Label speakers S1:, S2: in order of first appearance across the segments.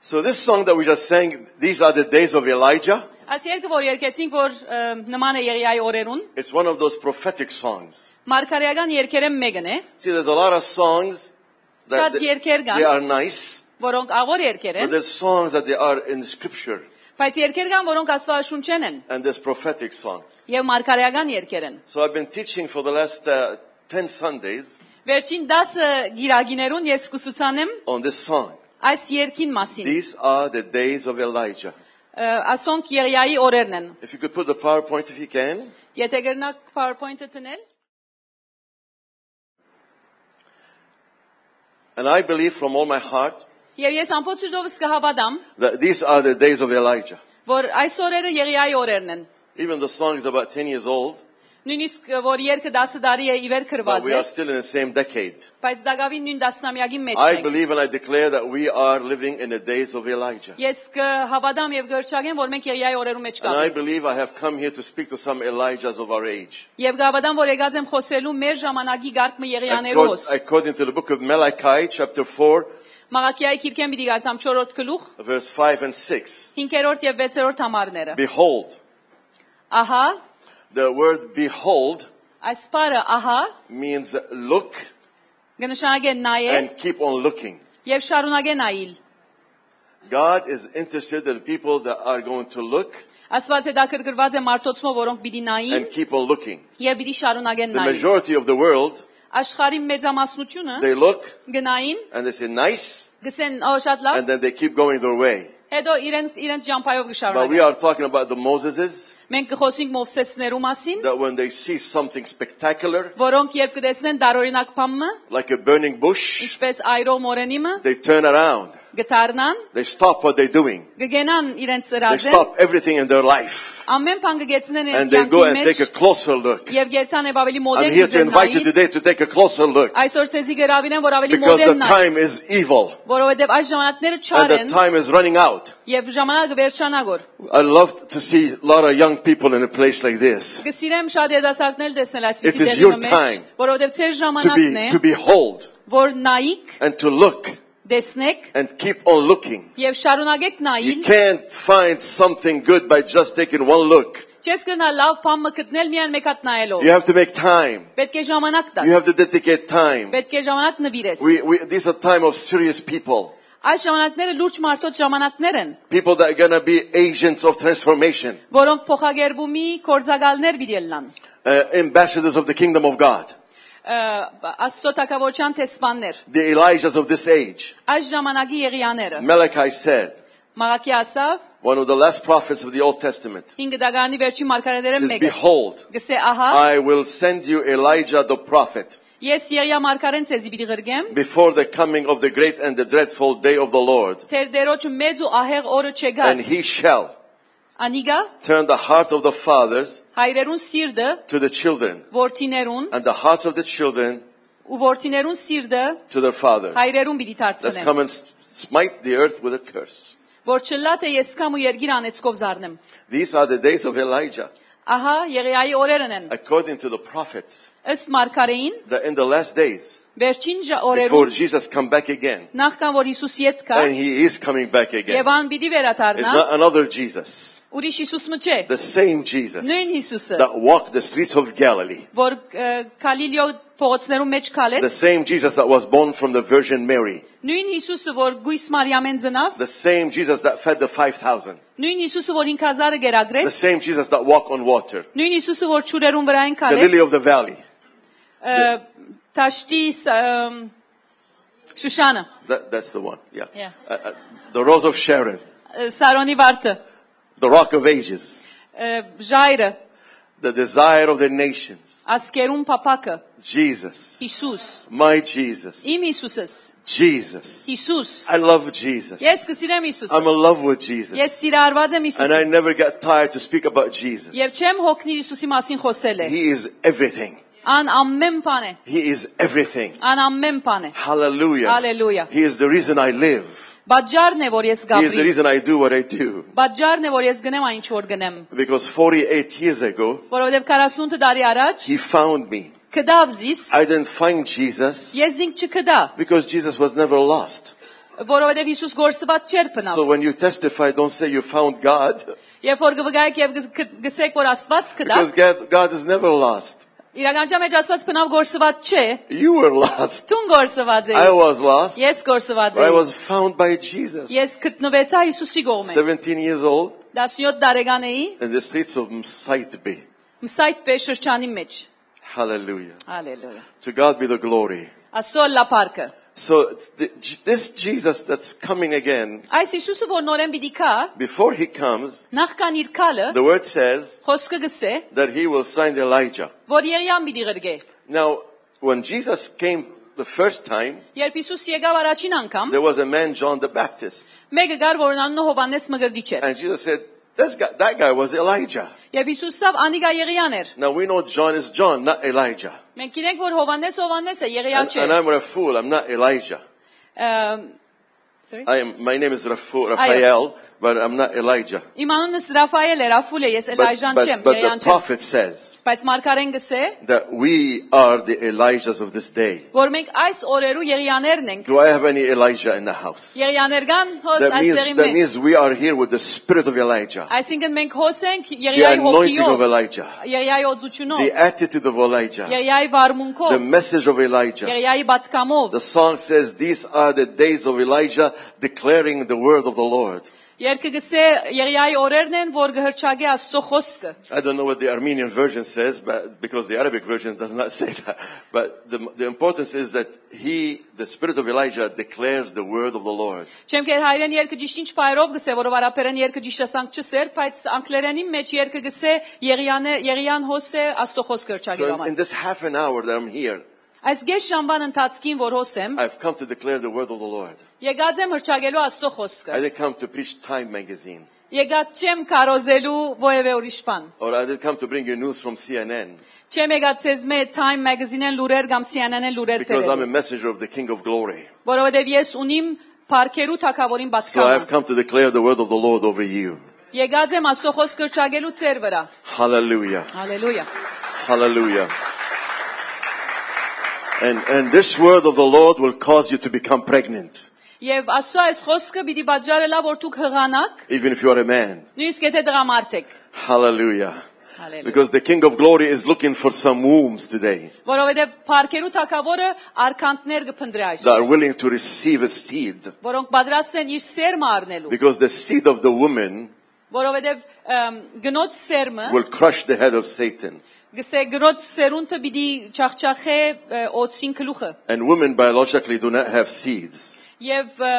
S1: So this song that we just sang, these are the days of Elijah.
S2: Այս երգը որ երգեցինք, որ ը, նման է Եղիայի օրերուն,
S1: It's one of those prophetic songs.
S2: մարգարեական երգերը մեկն է,
S1: See, there's a lot of songs that
S2: Շատ
S1: they,
S2: երգեր կան։
S1: they are nice,
S2: որոնք աղոր երգեր
S1: but
S2: են,
S1: there's songs that they are in scripture,
S2: բայց երգեր կան, որոնք աստվածաշունչեն են
S1: and there's prophetic songs.
S2: եւ մարգարեական երգեր են։
S1: So I've been teaching for the last uh, 10 Sundays
S2: Վերջին 10 գիրագիներուն ես սկսուցան եմ
S1: on this song.
S2: այս երգին մասին։
S1: These are the days of Elijah.
S2: Ը, Ասոնք Եղիայի օրերն են։
S1: If you could put the PowerPoint if you can.
S2: Եթե գրնակ PowerPoint-ը տնել,
S1: And I believe from all my heart
S2: եւ ես ամբողջ ուժովս կհավատամ,
S1: that these are the days of Elijah.
S2: որ այս օրերը Եղիայի օրերն են։
S1: Even the song is about 10 years old,
S2: Նույնիսկ ը, որ երկը 10 տարի է իվեր
S1: but
S2: քրված
S1: we
S2: է,
S1: are still in the same decade.
S2: բայց դակավին նույն դասնամյակի մեջ
S1: I
S2: ենք։
S1: believe and I declare that we are living in the days of Elijah.
S2: Ես կհավատամ եւ գրչակեմ, որ մենք Եղիայի օրերու մեջ
S1: And I
S2: կապենք։
S1: believe I have come here to speak to some Elijahs of our age.
S2: Եվ գավադան որ եկած եմ խոսելու մեր ժամանակի գարկմը
S1: Accord-
S2: Եղիաներոս։
S1: According to the book of Malachi, chapter 4,
S2: Մաղաքիայի քիրքեն պիտի գարտամ 4-րդ գլուխ,
S1: verse 5 and 6.
S2: 5-րդ եւ 6-րդ համարները։
S1: Behold,
S2: Ահա,
S1: the word behold
S2: այս բառը ահա
S1: means look
S2: գնշանագե նայել
S1: and keep on looking.
S2: եւ շարունակե նայել։
S1: God is interested in people that are going to look
S2: Աստված հետաքրքրված է մարդոցմով, որոնք պիտի նային
S1: and keep on looking.
S2: եւ պիտի շարունակեն
S1: The
S2: նային։
S1: majority of the world,
S2: Աշխարհի մեծամասնությունը
S1: they look
S2: գնային,
S1: and they say nice
S2: գսեն, օ շատ
S1: and
S2: լավ,
S1: then they keep going their way.
S2: հետո իրենց իրենց ջամփայով
S1: But we
S2: կշարունակեն։
S1: are talking about the Moseses
S2: Մենք կխոսենք Մովսեսներու մասին,
S1: that when they see something spectacular,
S2: որոնք երբ կտեսնեն դարօրինակ փամը,
S1: like a burning bush,
S2: ինչպես այրող մորենիմը,
S1: They turn around.
S2: գտարնան,
S1: They stop what they're doing.
S2: գգենան իրենց
S1: They
S2: ծրազեն,
S1: stop everything in their life.
S2: ամեն բան կգեցնեն
S1: And
S2: իրենց
S1: they go
S2: կյանքի
S1: and take
S2: մեջ
S1: a closer look.
S2: եւ երթան եւ ավելի
S1: I'm
S2: մոդել
S1: here to invite you
S2: գզենայի։
S1: today to take a closer look.
S2: Այսօր ցեզի գրավին են, որ ավելի
S1: Because
S2: մոդել
S1: the
S2: նայ,
S1: time is evil.
S2: որովհետեւ այս ժամանակները
S1: And
S2: չար
S1: the
S2: են
S1: time is running out.
S2: եւ ժամանակը վերջանա գոր։
S1: I love to see a lot of young people in a place like this.
S2: Կսիրեմ շատ երիտասարդներ տեսնել
S1: It
S2: այսպիսի
S1: is your
S2: դերում մեջ,
S1: time
S2: որովհետեւ ցեր
S1: To
S2: ժամանակն է,
S1: be, to behold
S2: որ նայիք,
S1: and to look
S2: տեսնեք
S1: and keep on looking.
S2: եւ շարունակեք
S1: You
S2: նայել։
S1: can't find something good by just taking one look.
S2: Չես գնա լավ փամը գտնել միայն մեկ հատ նայելով։
S1: You have to make time.
S2: Պետք է ժամանակ
S1: You have
S2: տաս։
S1: to dedicate time.
S2: Պետք է ժամանակ նվիրես։
S1: We, we, these are time of serious people.
S2: Այս ժամանակները լուրջ մարդոց ժամանակներ են,
S1: People that are going to be agents of transformation,
S2: որոնք փոխագերբումի կորձակալներ պիտի լինեն։
S1: uh, ambassadors of the kingdom of God,
S2: ը, Աստծո թակավորության տեսփաններ։
S1: the Elijahs of this age.
S2: Այս ժամանակի եղիաները։
S1: Malachi said,
S2: Մաղաքի ասավ,
S1: one of the last prophets of the Old Testament,
S2: 5 դագարանի վերջին մարգարեները
S1: says,
S2: մեկը։
S1: Behold,
S2: Գսե, ահա,
S1: I will send you Elijah the prophet
S2: ես Եղիա մարգարեն ցեզի պիտի գրգեմ,
S1: before the coming of the great and the dreadful day of the Lord,
S2: թեր դերոջ մեծ ու ահեղ օրը
S1: and
S2: չեգած։
S1: he shall
S2: Անիգա
S1: turn the heart of the fathers
S2: հայրերուն սիրտը,
S1: to the children,
S2: որդիներուն
S1: and the hearts of the children
S2: ու որդիներուն սիրտը
S1: to their fathers.
S2: հայրերուն պիտի
S1: Let's
S2: դարձնեմ,
S1: come and s- smite the earth with a curse.
S2: որ չլաթե ես կամ ու երգիր անեցկով զառնեմ։
S1: These are the days of Elijah,
S2: Ահա Եղիայի օրերն են։
S1: according to the prophets,
S2: Ըստ մարգարեին
S1: that in the last days,
S2: Վերջին ժ-
S1: before
S2: օրերում
S1: Jesus come back again,
S2: նախքան որ Հիսուս յետ կա
S1: and he is coming back again,
S2: եւ ան պիտի
S1: it's
S2: վերադառնա,
S1: not another Jesus,
S2: ուրիշ Հիսուս մը չէ,
S1: the same Jesus
S2: նույն Հիսուսը,
S1: that walked the streets of Galilee,
S2: որ ը, Գալիլեո փողոցներում մեջ
S1: the
S2: քալեց,
S1: same Jesus that was born from the Virgin Mary,
S2: նույն Հիսուսը, որ Գույս Մարիամեն ծնավ,
S1: the same Jesus that fed the 5,000,
S2: նույն Հիսուսը, որ 5000-ը
S1: the
S2: գերագրեց,
S1: same Jesus that walked on water,
S2: նույն Հիսուսը, որ ճուրերուն վրային
S1: the lily of
S2: քալեց,
S1: the valley,
S2: ը, Տաշտի ս- ըմ, Շուշանը,
S1: that, that's the one, yeah.
S2: Yeah.
S1: Uh, uh, the rose of Sharon,
S2: ը, Սարոնի վարդը,
S1: the rock of ages,
S2: ը, Ժայրը,
S1: the desire of the nations,
S2: Ասկերուն Փապակը,
S1: Jesus,
S2: Հիսուս,
S1: my Jesus.
S2: իմ Հիսուսս,
S1: Jesus.
S2: Հիսուս։
S1: I love Jesus.
S2: Ես կսիրեմ Հիսուսը։
S1: I'm in love with Jesus.
S2: Ես սիրարված եմ
S1: And
S2: Հիսուսի
S1: I never get tired to speak about Jesus.
S2: եւ չեմ հոգնի Հիսուսի մասին խոսել է։
S1: He is everything.
S2: Ան ամեն բան է,
S1: He is everything.
S2: ան ամեն բան է։
S1: Hallelujah.
S2: Hallelujah.
S1: He is the reason I live.
S2: Բաճարն է, որ ես
S1: He is the
S2: գաբրի։
S1: reason I do what I do.
S2: Բաճարն է, որ ես գնեմ այն ինչ որ գնեմ։
S1: Because 48 years ago,
S2: Որովհետեւ 40 տարի առաջ
S1: He found me.
S2: կդավզիս,
S1: I didn't find Jesus
S2: ես ինք չկդա,
S1: because Jesus was never lost.
S2: որովհետև Հիսուս գործված չէր
S1: So
S2: փնավ։
S1: when you testify, don't say you found God,
S2: Երբ որ գվգայեք եւ գս- գ- գսեք որ Աստված կդա,
S1: because God, God is never lost.
S2: իրականչա մեջ Աստված փնավ գործված չէ,
S1: You were lost.
S2: Տուն գործված
S1: I
S2: էի։
S1: was lost.
S2: Ես գործված
S1: But I
S2: էի։
S1: was found by Jesus.
S2: Ես գտնվեցա Հիսուսի կողմէ։
S1: 17 years old
S2: 17 տարեկան էի,
S1: in the streets of Msaitbe.
S2: մսայտ պես շրջանի մեջ։
S1: Hallelujah.
S2: Հալելույա։
S1: To God be the glory.
S2: Աստծո լապարկը։
S1: So it's the- J- this Jesus that's coming again,
S2: Այս Հիսուսը որ նորեն պիտի կա,
S1: before he comes,
S2: նախքան իր քալը
S1: the word says
S2: խոսքը գսե,
S1: that he will send Elijah.
S2: որ Երիան պիտի ղրգե։
S1: Now, when Jesus came the first time,
S2: Երբ Հիսուս եկավ առաջին անգամ,
S1: there was a man, John the Baptist,
S2: մեկը գար որ անունը Հովանես Մգրդիչ էր։
S1: and Jesus said, "This guy, that guy was Elijah."
S2: Եվ Հիսուսով Անիգա Եղիան էր։
S1: Now we know John is John, not Elijah.
S2: Մենք գիտենք որ Հովանես Հովանես է, Եղիա
S1: And,
S2: չէ։
S1: and I'm Raful. I'm not Elijah.
S2: Ամ, sorry։
S1: I am. My name is Raful, Raphael, but I'm not Elijah.
S2: Իմ անունս Ռաֆայել է, Ռաֆուլ է, ես
S1: But,
S2: Էլայժան
S1: but-
S2: չեմ,
S1: but the
S2: Եղիան չեմ։
S1: prophet says
S2: Բայց Մարգարեն գսե,
S1: that we are the Elijahs of this day.
S2: որ մենք այս օրերու Եղիաներն ենք։
S1: Do I have any Elijah in the house?
S2: Եղիաներ կան հոս
S1: That means,
S2: այստեղի
S1: that
S2: մեջ։
S1: means we are here with the spirit of Elijah,
S2: Այսինքն մենք հոս ենք
S1: the
S2: Եղիայի
S1: anointing of
S2: հոգիով,
S1: Elijah,
S2: Եղիայի օծությունով,
S1: the attitude of Elijah,
S2: Եղիայի
S1: the
S2: վարմունքով,
S1: message of Elijah.
S2: Եղիայի բատկամով։
S1: The song says, These are the days of Elijah declaring the word of the Lord.
S2: Երկը գսե Եղիայի օրերն են, որ գհրճագե Աստծո խոսքը։
S1: I don't know what the Armenian version says, but because the Arabic version does not say that. But the, the importance is that he, the spirit of Elijah, declares the word of the Lord.
S2: Չեմ կեր հայրեն երկը ճիշտ ինչ բայրով գսե, որով արաբերեն երկը ճիշտ ասանք չսեր, բայց անգլերենի մեջ երկը գսե Եղիանը Եղիան հոսե Աստծո խոսքը
S1: So
S2: հրճագե
S1: in, in
S2: համար։
S1: this half an hour that I'm here,
S2: Այս գեշ շամբան ընթացքին որ հոսեմ,
S1: I've come to declare the word of the Lord.
S2: եկած եմ հրճագելու Աստծո խոսքը։
S1: I didn't come to preach Time magazine,
S2: Եկած չեմ կարոզելու ովևէ ուրիշ բան։
S1: or I didn't come to bring you news from CNN,
S2: Չեմ եկած ցեզ մե Time Magazine-ն լուրեր կամ CNN-ն լուրեր
S1: because I'm a
S2: տերել։
S1: messenger of the King of Glory.
S2: Որովհետև ես ունիմ Փարքերու Թակավորին
S1: So I've
S2: բացկամ։
S1: come to declare the word of the Lord over you.
S2: Եկած եմ Աստծո խոսքը ճագելու ծեր վրա։
S1: Hallelujah.
S2: Հալելույա։
S1: Hallelujah. And, and this word of the Lord will cause you to become pregnant,
S2: Եվ Աստծո այս խոսքը պիտի բաժարելա, որ դուք հղանաք,
S1: even if you are a man.
S2: նույնիսկ եթե դրամարտ եք,
S1: Hallelujah.
S2: Hallelujah.
S1: Because the King of Glory is looking for some wombs today
S2: որովհետև Փարքերու Թակավորը արքանդներ կփնտրի
S1: that
S2: այսօր,
S1: are willing to receive a seed.
S2: որոնք պատրաստ են իր սերմը առնելու,
S1: Because the seed of the woman
S2: որովհետև ըմ, գնոց սերմը,
S1: will crush the head of Satan.
S2: գսե գնոց սերունդը պիտի չախչախե ը, օծին գլուխը։
S1: And women biologically do not have seeds.
S2: Եվ ը,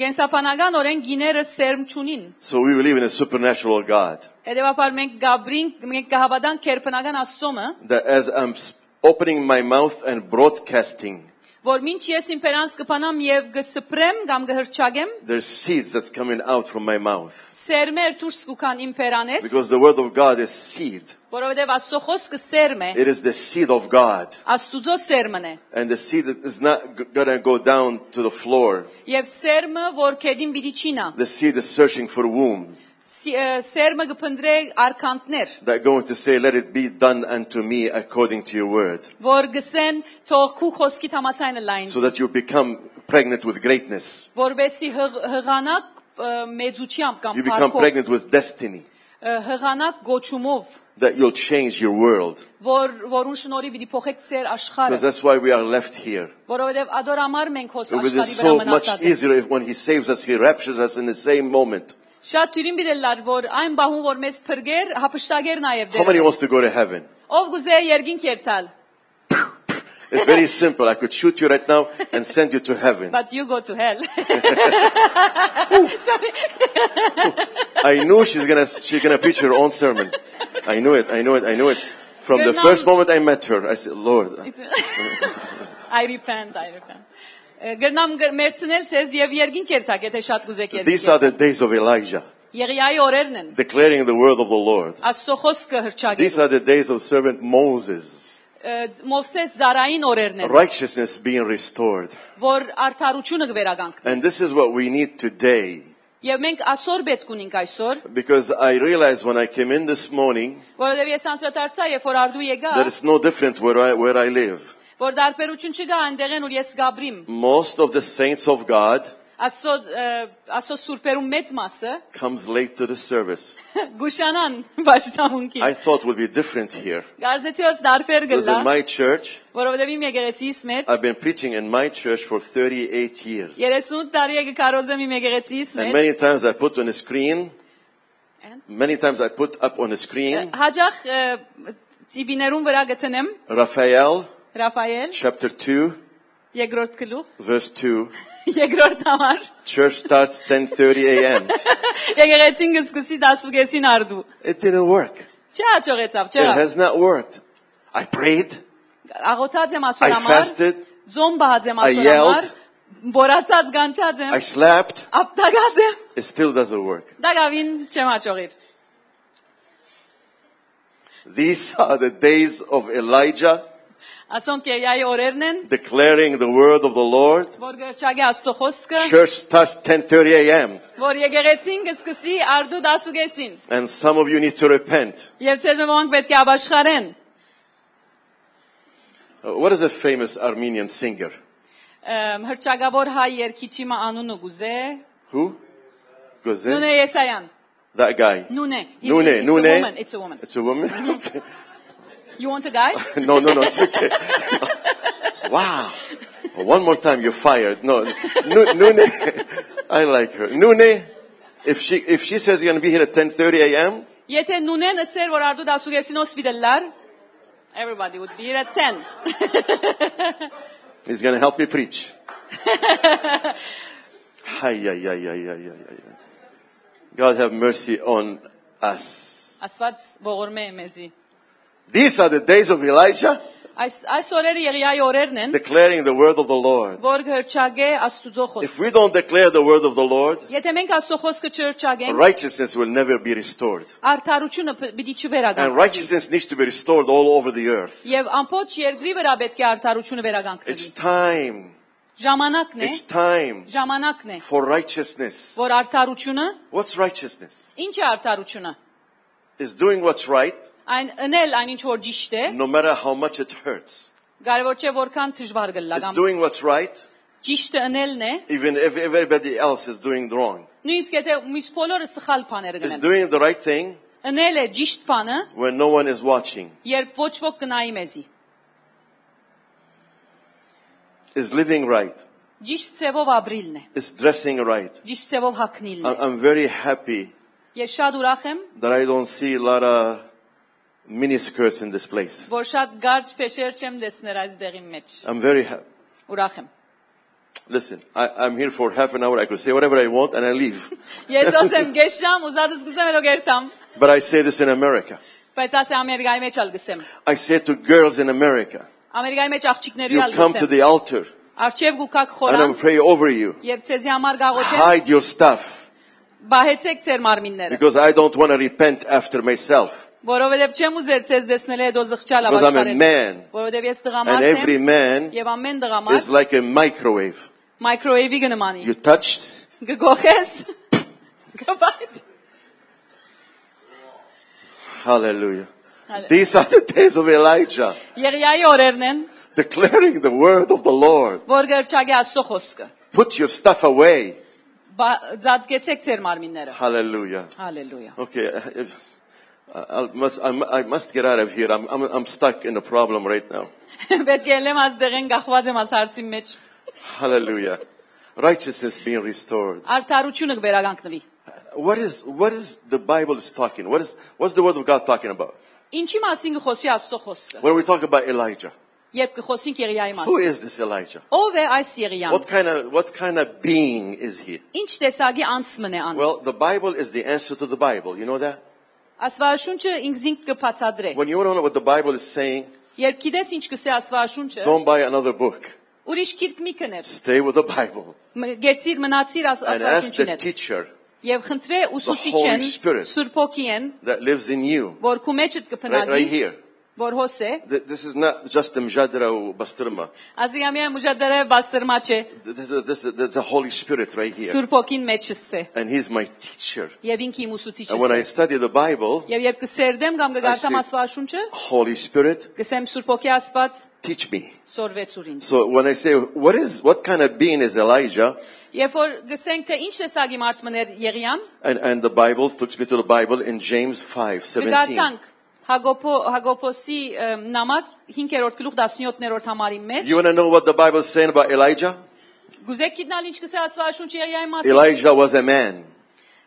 S2: գենսապանական օրեն գիները սերմ ճունին։
S1: So we believe in a supernatural God.
S2: Հետևաբար մենք Գաբրին մենք կհավատանք քերբնական Աստծոմը,
S1: That as I'm s- opening my mouth and broadcasting,
S2: որ ինչ ես իմպերանս կփանամ եւ գսպրեմ կամ գհրճագեմ,
S1: there's seeds that's coming out from my mouth.
S2: սերմեր դուրս կուքան իմպերանես,
S1: Because the word of God is seed.
S2: որովհետեւ Աստծո խոսքը սերմ է,
S1: It is the seed of God.
S2: Աստուծո սերմն է։
S1: And the seed is not g- gonna go down to the floor.
S2: Եվ սերմը, որ քեդին պիտի չինա,
S1: The seed is searching for womb.
S2: սի- ը, սերմը կփնտրե արքանդներ,
S1: That going to say, let it be done unto me according to your word.
S2: որ գսեն թող քու խոսքի համացայնը լայն,
S1: So that you become pregnant with greatness.
S2: որբեսի հղ- հղանակ ը, մեծությամբ կամ
S1: You become
S2: փառքով
S1: pregnant with destiny.
S2: ը, հղանակ գոչումով
S1: That you'll change your world.
S2: որ որուն շնորհիվ պիտի փոխեք ծեր
S1: Because
S2: աշխարհը
S1: that's why we are left here.
S2: որովհետև ադորամար մենք հոս
S1: It is
S2: աշխարհի վրա
S1: so much
S2: մնացած ենք
S1: easier if when He saves us, He raptures us in the same moment.
S2: շատ թյուրին բիդելլար որ այն բահուն որ մեզ փրկեր հապշտագեր նաև
S1: How many
S2: դեր
S1: wants to go to heaven?
S2: ով գուզե երգին կերտալ
S1: It's very simple. I could shoot you right now and send you to heaven.
S2: but you go to hell sorry
S1: I knew she's gonna she's gonna preach her own sermon. I knew it. I knew it. I knew it. From the
S2: Good
S1: first
S2: night.
S1: moment I met her, I said, Lord,
S2: i repent i repent Ը, գրնամ գր- մերցնել ցեզ եւ երգին կերտակ եթե շատ գուզեք
S1: these
S2: երգին
S1: are the days of Elijah,
S2: Եղիայի օրերն են
S1: declaring the word of the Lord.
S2: Աստծո խոսքը հրճագել
S1: These are the days of servant Moses,
S2: Մովսես Զարային օրերն են
S1: righteousness being restored.
S2: որ արդարությունը կվերագանք
S1: And this is what we need today.
S2: Եվ մենք ասոր պետք ունենք այսօր,
S1: Because I realized when I came in this morning
S2: որովհետև ես անդրադարձա, երբ որ արդու եկա,
S1: that it's no different where I, where I live.
S2: որ դարբերություն չկա այնտեղեն, որ ես գաբրիմ։
S1: Most of the saints of God
S2: Աստծո ը, Աստծո սուրբերու մեծ մասը
S1: comes late to the service.
S2: գուշանան վաշտամունքի։
S1: I thought would be different here.
S2: Գարձեցի ոս դարբեր
S1: Because
S2: գլա,
S1: in my church,
S2: որովհետև իմ եկեղեցիս մեջ
S1: I've been preaching in my church for 38 years.
S2: 38 տարի է գկարոզեմ իմ եկեղեցիս
S1: And
S2: մեջ։
S1: many times I put on a screen,
S2: And?
S1: many times I put up on a screen,
S2: Հաջախ ը, ծիբիներուն վրա գտնեմ
S1: Raphael
S2: Ռաֆայել
S1: chapter 2,
S2: երկրորդ գլուխ,
S1: verse 2.
S2: երկրորդ համար։
S1: Church starts 10.30 a.m.
S2: Եկեղեցին գսկսի 10:30-ին արդու։
S1: It didn't work.
S2: Չի հաջողեցավ,
S1: It
S2: չէ՞։
S1: has not worked. I prayed,
S2: Աղոթած եմ
S1: I
S2: ասոր համար,
S1: fasted,
S2: Ձոմբա հաձեմ
S1: I
S2: ասոր
S1: yelled.
S2: համար, բորացած գանչած եմ,
S1: I slept.
S2: ապտագած եմ,
S1: It still doesn't work.
S2: դա գավին չեմ հաջողիր։
S1: These are the days of Elijah
S2: Ասոնք Երիայի օրերն են,
S1: declaring the word of the Lord.
S2: որ գրչագի Աստծո խոսքը,
S1: Church starts 10:30 a.m.
S2: որ եկեղեցին կսկսի արդու դասուգեսին։
S1: and some of you need to repent.
S2: Եվ ցեզ ոմանք պետք է աբաշխարեն։
S1: Uh, What is a famous Armenian singer?
S2: Ըմ, Հրճագավոր հայ երկիչի մա անունը գուզե,
S1: Who? Gozen?
S2: Նունե Եսայան։
S1: That guy.
S2: Նունե, it's a
S1: Nune,
S2: woman,
S1: Nune.
S2: It's a woman.
S1: It's a woman. Okay.
S2: You want a guy?
S1: no, no, no. It's okay. wow. One more time, you're fired. No, Nu- Nune. I like her. Nune. If she if she says you're gonna be here at 10:30 a.m.,
S2: Եթե Նունեն ասեր, որ արդու դասուգեսին ոսվիդելլար, everybody would be here at 10։
S1: he's gonna help me preach. Hi, yeah, yeah, yeah, yeah, yeah, yeah. God have mercy on us.
S2: Աստված ողորմե է մեզի։
S1: These are the days of Elijah
S2: Այս այս օրերը Եղիայի օրերն են,
S1: declaring the word of the Lord.
S2: որ հրճագե Աստուծո
S1: If
S2: խոսքը։
S1: we don't declare the word of the Lord,
S2: Եթե մենք Աստծո խոսքը չհրճագենք,
S1: righteousness will never be restored.
S2: արդարությունը պ- պիտի
S1: And
S2: չվերագանք։
S1: righteousness needs to be restored all over the earth.
S2: Եվ ամբողջ երկրի վրա պետք է արդարությունը
S1: It's
S2: վերագանքվի։
S1: time.
S2: Ժամանակն է,
S1: It's time
S2: ժամանակն է,
S1: for righteousness.
S2: որ արդարությունը,
S1: What's righteousness?
S2: ինչ է արդարությունը։
S1: It's doing what's right
S2: Այն ընել այն ինչ որ ճիշտ է,
S1: no matter how much it hurts.
S2: կարևոր չէ որքան դժվար
S1: It's
S2: գլլագամ։
S1: doing what's right
S2: Ճիշտը ընելն է,
S1: even if everybody else is doing wrong.
S2: նույնիսկ եթե միս բոլորը սխալ բաներ
S1: It's
S2: գնեն։
S1: doing the right thing
S2: Ընել է ճիշտ բանը,
S1: when no one is watching.
S2: երբ ոչ ոք կնայի մեզի։
S1: It's living right.
S2: Ճիշտ ծևով ապրիլն է։
S1: It's dressing right.
S2: Ճիշտ ծևով հակնիլն է։
S1: I- I'm very happy
S2: Ես շատ ուրախ եմ,
S1: that I don't see a lot of miniskirts in this place.
S2: որ շատ գարջ փեշեր չեմ տեսներ այս դեղի մեջ։
S1: I'm very happy.
S2: Ուրախ եմ։
S1: Listen, I, I'm here for half an hour. I could say whatever I want and I leave.
S2: Ես ասեմ, ես շամ ուզածս գսեմ երո գերտամ,
S1: But I say this in America.
S2: բայց ասե Ամերիկայի մեջ ալ գսեմ։
S1: I say to girls in America,
S2: Ամերիկայի մեջ աղջիկների
S1: you
S2: ալ
S1: come to
S2: գսեմ։
S1: the altar
S2: Արջև գուկակ
S1: and I'm
S2: խորան
S1: pray over you.
S2: եւ ցեզի համար գաղոթեմ,
S1: Hide your stuff
S2: բահեցեք ձեր մարմինները,
S1: because I don't want to repent after myself.
S2: որովհետեւ չեմ ուզեր ցեզ տեսնել հետո զղջալ
S1: Because I'm a
S2: ավաճարել։
S1: man.
S2: Որովհետեւ ես
S1: And
S2: տղամարդ
S1: every
S2: եմ
S1: man
S2: եւ ամեն
S1: is
S2: տղամարդ
S1: like a microwave.
S2: մայքրո웨վի գնմանի։
S1: You touched,
S2: Գգոխես։ Գբայդ։
S1: hallelujah.
S2: Halle-
S1: These are the days of Elijah,
S2: Հա, Եղիայի օրերն են,
S1: declaring the word of the Lord.
S2: որ գրչագի Աստծո խոսքը։
S1: Put your stuff away.
S2: Բա- Ձածկեցեք ձեր մարմինները։ Հա,
S1: Hallelujah.
S2: Հալելույա։
S1: Okay, if, I I must, I'm, I must get out of here. I'm, I'm, I'm stuck in a problem right now.
S2: Պետք է ելեմ ազդեղեն գախված եմ աս հարցի մեջ։
S1: Hallelujah. Righteousness being restored.
S2: Արդարությունը վերագանքնվի։
S1: What is, what is the Bible is talking? What is, what's the Word of God talking about?
S2: Ինչի մասին կխոսի Աստծո խոսքը։
S1: When we talk about Elijah,
S2: Երբ կխոսենք Եղիայի
S1: who
S2: մասին։
S1: is this Elijah?
S2: Ո՞վ է այս Եղիան։
S1: What kind of, what kind of being is he?
S2: Ինչ տեսակի անցմն է ան։
S1: Well, the Bible is the answer to the Bible. You know that?
S2: Աստվածաշունչը ինքզինք կբացատրե։
S1: When you want to know what the Bible is saying,
S2: Երբ գիտես ինչ կսե Աստվածաշունչը,
S1: don't buy another book.
S2: ուրիշ քիրք մի կներ։
S1: Stay with the Bible
S2: Մ- Գեցիր մնացիր աս-
S1: and ask
S2: Աստվածաշունչին
S1: the
S2: հետ։
S1: teacher
S2: Եվ խնդրե ուսուցիչ
S1: The դե- Holy
S2: են,
S1: Spirit.
S2: Սուրբ Հոգի են,
S1: that lives in you,
S2: որ քու մեջդ
S1: right, right
S2: կփնագի
S1: here.
S2: որ հոս է,
S1: Th- This is not just a Mjadra or Bastirma.
S2: ասի ամիա մուժադարը բաստերմա չէ,
S1: Th- This is this is there's a Holy Spirit right here,
S2: Սուրբ ոգին մեջս է,
S1: and He's my teacher.
S2: եւ ինքը իմ
S1: And when
S2: ուսուցիչս
S1: I
S2: է։
S1: study the Bible,
S2: Եվ երբ կսերդեմ կամ կգարտամ
S1: Այսի-
S2: Աստվածաշունչը,
S1: Holy Spirit,
S2: կսեմ Սուրբ ոգի Աստված
S1: teach me.
S2: սորվեց ուրին։
S1: So when I say what is what kind of being is Elijah,
S2: Երբ որ գսենք թե ինչ տեսակի մարդ մներ Եղիան,
S1: and and the Bible took me to the Bible in James five seventeen.
S2: կգարտանք Հակոբո Հակոբոսի ըմ, նամակ 5-րդ գլուխ 17-րդ համարի մեջ
S1: You want to know what the Bible is saying about Elijah?
S2: գուզեք գիտնալ ինչ կսե Աստվածաշունչ Եղիայի մասին։
S1: Elijah was a man.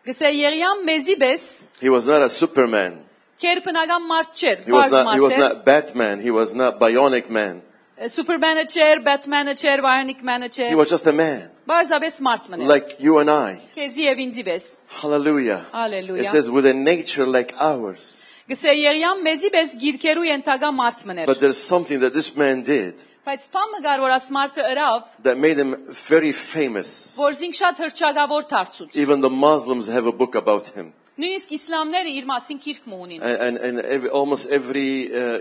S2: Գսե Եղիան մեզի պես
S1: He was not a Superman.
S2: կերպնական մարդ չէր,
S1: He was
S2: բարձ
S1: not. He was
S2: մարդ էր։
S1: not Batman. He was not Bionic Man.
S2: Սուպերմենը չէր, Բեթմենը չէր, Bionic
S1: He
S2: Man-ը չէր,
S1: was just a man,
S2: բարձաբես մարդ մներ։
S1: like you and I.
S2: Քեզի եւ ինձի պես։
S1: Hallelujah.
S2: Hallelujah.
S1: It says with a nature like ours.
S2: Գսե Եղիան մեզի պես գիրքերու ենթակա մարդ մներ։
S1: But there's something that this man did
S2: Բայց փամը գար որ աս մարդը ըրավ,
S1: that made him very famous.
S2: որ զինք շատ հրճագավոր դարձուց։
S1: Even the Muslims have a book about him.
S2: Նույնիսկ իսլամները իր մասին քիրք մունին։
S1: And, and, and every, almost every uh,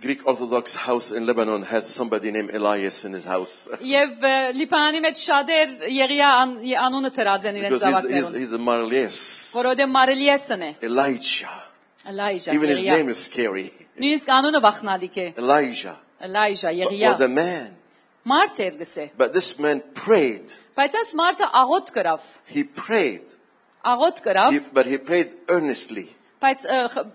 S1: Greek Orthodox house in Lebanon has somebody named Elias in his house.
S2: Եվ ը, Լիբանանի մեջ շատեր Եղիա ան- ե- անունը թրած են իրենց
S1: Because he's, he's,
S2: զավակներուն,
S1: he's a Marlies.
S2: որովհետև Մարելիեսն է։
S1: Elijah.
S2: Elijah
S1: Even his
S2: Եղիա։
S1: name is scary.
S2: Նույնիսկ անունը վախնալիք է։
S1: Elijah
S2: Elijah Եղիա։
S1: was a man.
S2: Մարդ էր գսե։
S1: But this man prayed.
S2: Բայց աս մարդը աղոտ գրավ։
S1: He prayed.
S2: Աղոտ գրավ,
S1: He- but he prayed earnestly.
S2: բայց ը, խ-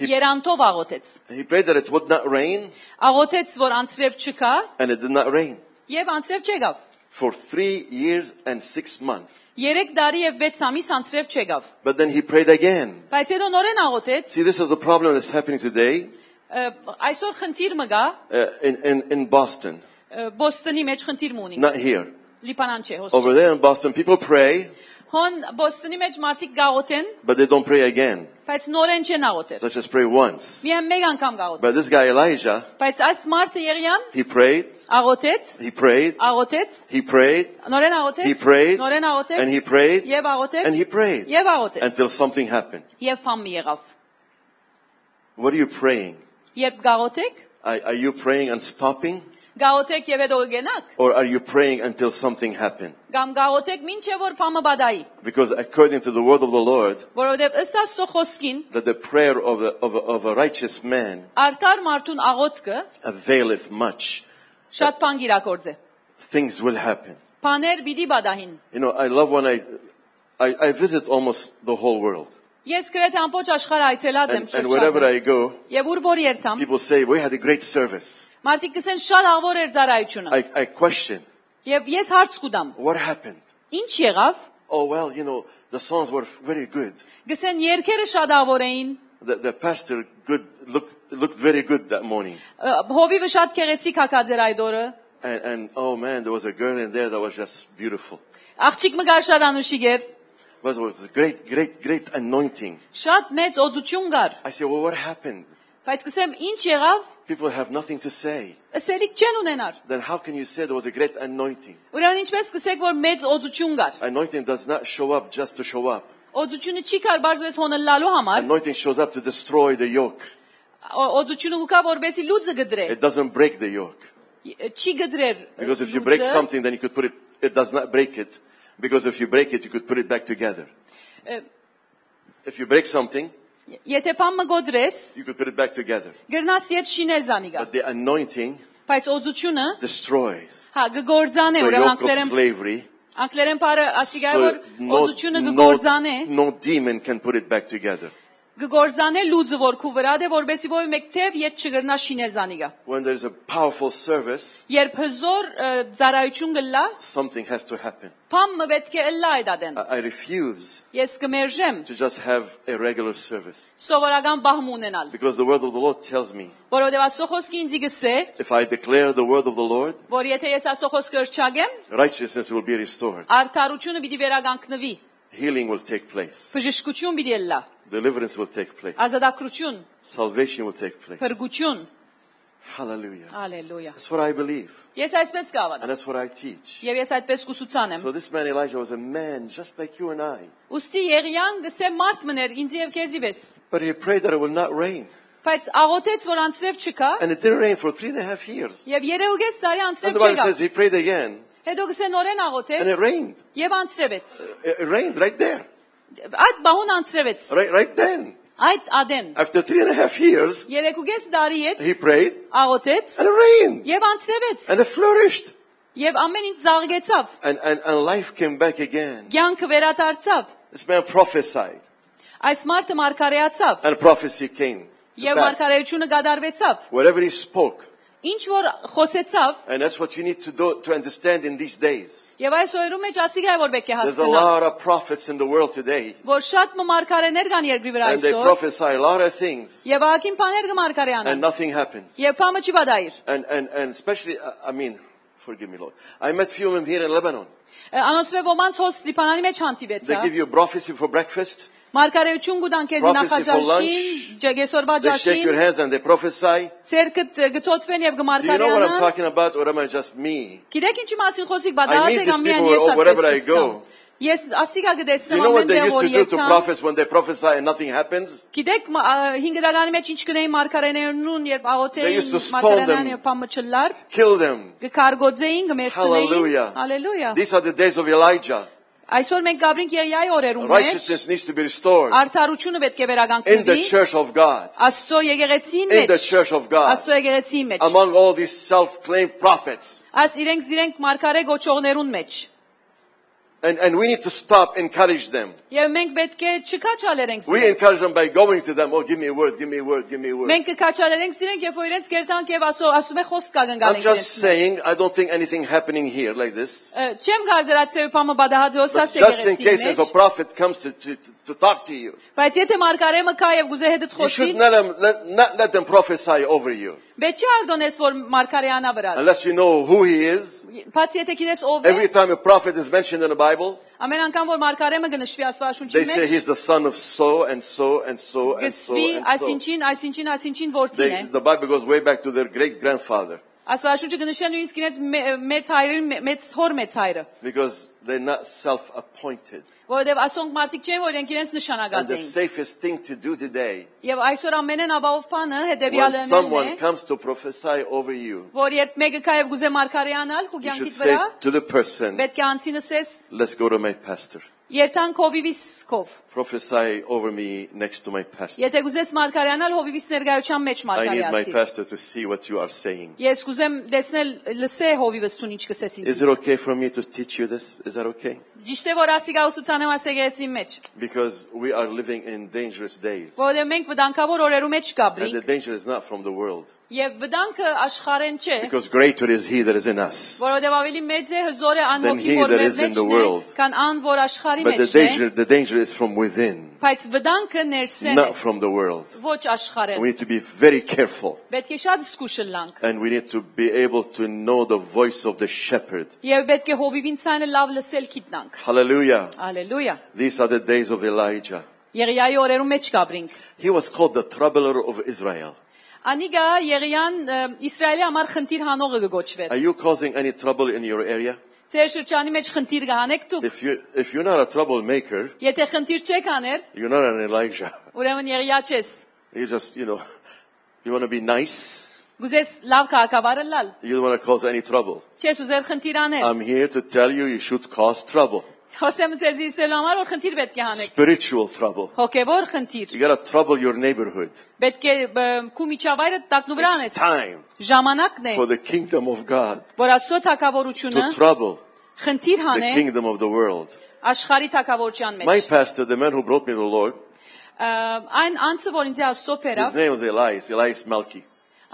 S2: Երանտով աղոթեց։
S1: He prayed that it would not rain,
S2: Աղոթեց, որ անցրև չկա,
S1: and it did not rain
S2: Եվ անցրև չեղավ։
S1: for three years and six months.
S2: 3 տարի եւ 6 ամիս անցրև չեղավ։
S1: But then he prayed again.
S2: Բայց հետո նորեն աղոթեց,
S1: See, this is the problem that's happening today
S2: ը, այսօր խնդիր մը գա,
S1: uh, in, in, in Boston,
S2: ը, Բոստոնի մեջ խնդիր մունի։
S1: not here.
S2: Լիբանան չէ, հոս։
S1: Over there in Boston, people pray,
S2: Հոն Բոստոնի մեջ մարդիկ գաղոթեն,
S1: but they don't pray again.
S2: բայց նորեն չեն աղոթել։
S1: Let's just pray once.
S2: Միայն մեկ անգամ գաղոթ։
S1: But this guy Elijah,
S2: Բայց այս մարդը Եղիան
S1: he prayed,
S2: աղոթեց,
S1: he prayed,
S2: աղոթեց,
S1: he prayed,
S2: նորեն
S1: he
S2: աղոթեց,
S1: prayed,
S2: նորեն աղոթեց,
S1: and he prayed,
S2: եւ աղոթեց,
S1: and he prayed.
S2: եւ աղոթեց,
S1: until something happened.
S2: եւ փամի եղավ։
S1: What are you praying?
S2: Երբ գաղոթեք,
S1: Are, are you praying and stopping?
S2: գաղոթեք եւ հետո գնաք,
S1: Or are you praying until something happened?
S2: կամ գաղոթեք ոչ որ փամը բադայի։
S1: Because according to the word of the Lord,
S2: որովհետև ըստ Աստծո խոսքին
S1: that the prayer of a, of a, of a righteous man
S2: արդար մարդուն աղոթքը
S1: availeth much.
S2: շատ բան գիրակորձ է։
S1: Things will happen.
S2: Բաներ պիտի բադահին։
S1: You know, I love when I, I, I visit almost the whole world.
S2: Ես գրեթե ամբողջ աշխարհը այցելած եմ
S1: And, and
S2: շրջած։
S1: wherever
S2: եմ,
S1: I go,
S2: Եվ ուր որ երթամ,
S1: people say, we had a great service.
S2: մարդիկ կսեն շատ ավոր էր ծառայությունը։
S1: I, I question,
S2: Եվ ես հարց կուտամ.
S1: what happened?
S2: Ինչ եղավ։
S1: Oh, well, you know, the songs were very good.
S2: Գսեն երկերը շատ ավոր էին,
S1: The, the pastor good, looked, looked very good that morning.
S2: ը, հովիվը շատ քեղեցիկ հակած էր այդ օրը։
S1: And, and oh man, there was a girl in there that was just beautiful.
S2: Աղջիկ մը գար շատ անուշիկ էր։
S1: It was, was a great, great, great anointing.
S2: Շատ մեծ օծություն գար։
S1: I said, well, what happened?
S2: Բայց գսեմ ինչ եղավ։
S1: People have nothing to say.
S2: Սերիկ չեն ունենար։
S1: Then how can you say there was a great anointing?
S2: Ուրեմն ինչպես կսեք որ մեծ օծություն գար։
S1: Anointing does not show up just to show up.
S2: Օծությունը չի կար բարձրես հոնը լալու համար,
S1: Anointing shows up to destroy the yoke.
S2: օ- օծությունը ուկա որբեսի լուծը գդրե։
S1: It doesn't break the yoke.
S2: Չի գդրեր։
S1: Because if you break something, then you could put it, it does not break it. Because if you break it, you could put it back together.
S2: Eh.
S1: If you break something,
S2: եթե փամը գոդրես,
S1: you could put it back together.
S2: գրնաս իդ շինեզանի գա։
S1: But the anointing
S2: Բայց օծությունը,
S1: destroys
S2: հա, գգործան է,
S1: the
S2: ուրեմն
S1: yoke of
S2: անգլերեն
S1: slavery.
S2: անգլերեն բառը ասի գա որ
S1: no,
S2: օծությունը գգործան է,
S1: no, no demon can put it back together.
S2: գգործան է լուծը որքու վրա դե որբեսի որ մեկ թև իդ չգրնա շինեզանի գա։
S1: When there's a powerful service,
S2: Երբ հզոր ը, ծառայություն գլա,
S1: something has to happen.
S2: փամը պետք է լա այդադեն։
S1: I I refuse
S2: Ես կմերժեմ
S1: to just have a regular service
S2: սովորական բահմ ունենալ,
S1: because the word of the Lord tells me
S2: որովհետև աստծո խոսքը ինձ գսե,
S1: if I declare the word of the Lord,
S2: որ եթե ես ասոխոս կրճագեմ,
S1: righteousness will be restored,
S2: արդարությունը պիտի վերականգնվի,
S1: healing will take place,
S2: բժշկություն պիտի ելլա,
S1: deliverance will take place,
S2: ազատագրություն,
S1: salvation will take place.
S2: փրկություն,
S1: Hallelujah.
S2: հալելույա։
S1: That's what I believe
S2: Ես այսպես
S1: and
S2: կավանեմ,
S1: that's what I teach.
S2: եւ ես այդպես կուսուցան եմ։
S1: So this man Elijah was a man just like you and I,
S2: Ոստի Եղիան գսե մարդ մներ ինձ եւ քեզի վես,
S1: but he prayed that it will not rain.
S2: բայց աղոթեց, որ անցրև չկա,
S1: and it didn't rain for three and a half years.
S2: եւ 3.5 տարի
S1: And
S2: անցրև
S1: the Bible
S2: չկա։
S1: says he prayed again,
S2: Հետո գսե նորեն աղոթեց
S1: and it rained.
S2: եւ անցրևեց։
S1: It it rained right there,
S2: Այդ բահուն անցրևեց։
S1: right, right then.
S2: Այդ ադեն։
S1: After three and a half years,
S2: 3.5 տարի հետ
S1: he prayed,
S2: աղոթեց
S1: and it rained,
S2: եւ անցրևեց
S1: and it flourished,
S2: եւ ամեն ինչ զարգեցավ։
S1: and, and, and life came back again.
S2: Կյանքը վերադարձավ։
S1: This man prophesied,
S2: Այս մարդը մարգարեացավ
S1: and prophecy came. to
S2: եւ
S1: pass.
S2: մարգարեությունը գադարվեցավ։
S1: Whatever he spoke,
S2: Ինչ որ խոսեցավ
S1: and that's what you need to do to understand in these days.
S2: եւ այս օրերու մեջ ասիգա է, որ պետք է
S1: There's a
S2: հասկանա,
S1: lot of prophets in the world today,
S2: որ շատ մը մարգարեներ կան երկրի վրա
S1: and they
S2: այսօր
S1: prophesy a lot of things,
S2: եւ ահագին բաներ կմարգարեանան։
S1: and nothing happens.
S2: Եվ փամը չի բադայր։
S1: And, and, and especially, uh, I mean, forgive me, Lord. I met few of them here in Lebanon.
S2: Անոնցվե ոմանց հոս Ստեփանանի մեջ
S1: They
S2: հանդիպեցա։
S1: give you prophecy for breakfast.
S2: Մարգարեություն գուտան քեզ
S1: Prophecy for
S2: նախաճաշին,
S1: lunch.
S2: ջեգեսորվա
S1: They shake your
S2: ջաշին,
S1: hands and they prophesy.
S2: ցերկդ գտոծվեն եւ
S1: Do you know what I'm
S2: գմարգարեանան։
S1: talking about, or am I just me?
S2: Գիտեք ինչի մասին
S1: I
S2: խոսիկ
S1: meet
S2: բադաս եք
S1: these
S2: ամեն
S1: people
S2: ես
S1: wherever I
S2: այդպես
S1: go.
S2: տեսնում։ Ես ասիկա
S1: Do you
S2: գտեսնեմ
S1: know what
S2: ամեն
S1: they
S2: տեղ
S1: used
S2: որ
S1: to do to
S2: եկան։
S1: prophets when they prophesy and nothing happens?
S2: Գիտեք մա- ա, հինգ դարանի մեջ ինչ կրեին մարգարեներուն երբ
S1: They used
S2: աղոթեին
S1: to stone
S2: մարգարեան
S1: them.
S2: եւ փամը չլար,
S1: Kill them.
S2: գկարգոձեին, գմերցնեին։
S1: Hallelujah.
S2: Հալելույա։
S1: These are the days of Elijah.
S2: Այսօր մենք գաբրինք Երիայի օրերում մեջ
S1: Righteousness needs to be restored
S2: արդարությունը պետք է
S1: in the
S2: վերականգնվի
S1: church of God.
S2: Աստծո եկեղեցին
S1: In
S2: մեջ,
S1: the church of God.
S2: Աստծո եկեղեցին մեջ,
S1: Among all these self-claimed prophets.
S2: աս իրենք զիրենք մարգարե գոչողներուն մեջ։
S1: And, and we need to stop, encourage them.
S2: Եվ մենք պետք է չքաչալերենք
S1: We
S2: զիրենք։
S1: encourage them by going to them, oh, give me a word, give me a word, give me a word.
S2: Մենք կքաչալերենք զիրենք, երբ որ իրենց կերտանք եւ ասո ասում է
S1: I'm
S2: խոսք կագնգալենք
S1: just
S2: իրենց։
S1: saying, I don't think anything happening here like this.
S2: Ա, Չեմ գազրացել փամը
S1: But
S2: բադահաձե հոսաս
S1: just in case
S2: եկեղեցին
S1: if a
S2: մեջ,
S1: prophet comes to, to, to talk to you,
S2: բայց եթե մարգարե մկա եւ գուզե հետդ
S1: you should
S2: խոսի,
S1: not, um, let, not let them prophesy over you.
S2: բայց չի արդոնես որ մարգարեանա վրա։
S1: Unless you know who he is.
S2: Բաց եթե քինես ով է,
S1: Every time a prophet is mentioned in the Bible,
S2: ամեն անգամ որ մարգարե մը գնշվի ասվաշունչի
S1: they say
S2: մեջ,
S1: he's the son of so and so and so and so
S2: գսվի
S1: and so.
S2: այսինչին, այսինչին, այսինչին որդին
S1: They,
S2: է։
S1: the Bible goes way back to their great grandfather
S2: Աստվածաշունչը գնշել նույնիսկ իրենց մե- մեծ հայրին, մե- մեծ հոր մեծ հայրը,
S1: because they're not self-appointed.
S2: որովհետև ասոնք մարդիկ չեն, որ իրենք իրենց
S1: And
S2: նշանագած
S1: the
S2: էին։
S1: safest thing to do today,
S2: Եվ այսօր ամենեն ապահով բանը հետեւյալը
S1: when
S2: մենն
S1: someone
S2: է,
S1: comes to prophesy over you,
S2: որ երբ մեկը կա եւ գուզե մարգարեանալ
S1: you
S2: քո
S1: should
S2: կյանքիդ
S1: say
S2: վրա,
S1: to the person,
S2: պետք է անցինսես
S1: let's go to my pastor.
S2: երթան հովիվիս կով։
S1: Prophesy over me next to my pastor.
S2: Եթե գուզես մարգարեանալ հովիվիս ներկայության մեջ
S1: I need my
S2: մարգարեացի։
S1: pastor to see what you are saying.
S2: Ես գուզեմ տեսնել լսե հովիվս տուն ինչ կսես ինձ։
S1: Is it okay for me to teach you this? Is that okay?
S2: Ճիշտ է որ ասի գա ուսուցանեմ ասեգեցի մեջ,
S1: Because we are living in dangerous days.
S2: որովհետև մենք վտանգավոր օրերու մեջ
S1: And the
S2: գաբրինք
S1: danger is not from the world.
S2: եւ վտանգը աշխարհեն չէ։
S1: Because greater is he that is in us.
S2: Որովհետև ավելի մեծ է հզոր է
S1: Than
S2: անհոգի
S1: he
S2: որ
S1: that
S2: մեր
S1: is in the
S2: մեջն է,
S1: world.
S2: քան ան որ աշխարհի
S1: But the
S2: մեջ է,
S1: danger, the danger is from within,
S2: բայց վտանգը ներսեն է,
S1: not from the world.
S2: ոչ աշխարհեն։
S1: We need to be very careful.
S2: Պետք է շատ զգուշը լանք։
S1: And we need to be able to know the voice of the shepherd.
S2: Եվ պետք է հովիվին ցանը լավ լսել գիտնանք։
S1: Hallelujah.
S2: Հալելույա։
S1: These are the days of Elijah.
S2: Եղիայի օրերում մեջ կաբրինք։
S1: He was called the troubler of Israel.
S2: Անիգա Եղիան ը, Իսրայելի համար խնդիր հանողը կգոչվեր։
S1: Are you causing any trouble in your area?
S2: Ձեր շրջանի մեջ խնդիր կհանեք դուք։
S1: If you if you're not a troublemaker,
S2: Եթե խնդիր չեք աներ,
S1: you're not an Elijah.
S2: ուրեմն Եղիա չես։
S1: You just you know, you want to be nice.
S2: Գուզես լավ քաղաքավարը լալ։
S1: You don't want to cause any trouble.
S2: Չես ուզեր խնդիր աներ։
S1: I'm here to tell you, you should cause trouble,
S2: Հոսեմ ձեզ իսելու համար որ խնդիր պետք է հանեք։
S1: spiritual trouble.
S2: Հոգևոր խնդիր։
S1: You gotta trouble your neighborhood.
S2: Պետք է բ, քու միջավայրը տակնուվրան ես։
S1: It's time
S2: Ժամանակն է,
S1: for the kingdom of God
S2: որ Աստծո թակավորությունը
S1: to trouble
S2: խնդիր
S1: the
S2: հանե
S1: kingdom of the world.
S2: աշխարհի թակավորության
S1: My
S2: մեջ։
S1: pastor, the man who brought me the Lord,
S2: Ա, Այն անձը, որ ինձ Աստծո
S1: his
S2: բերավ,
S1: name was Elias, Elias Melki,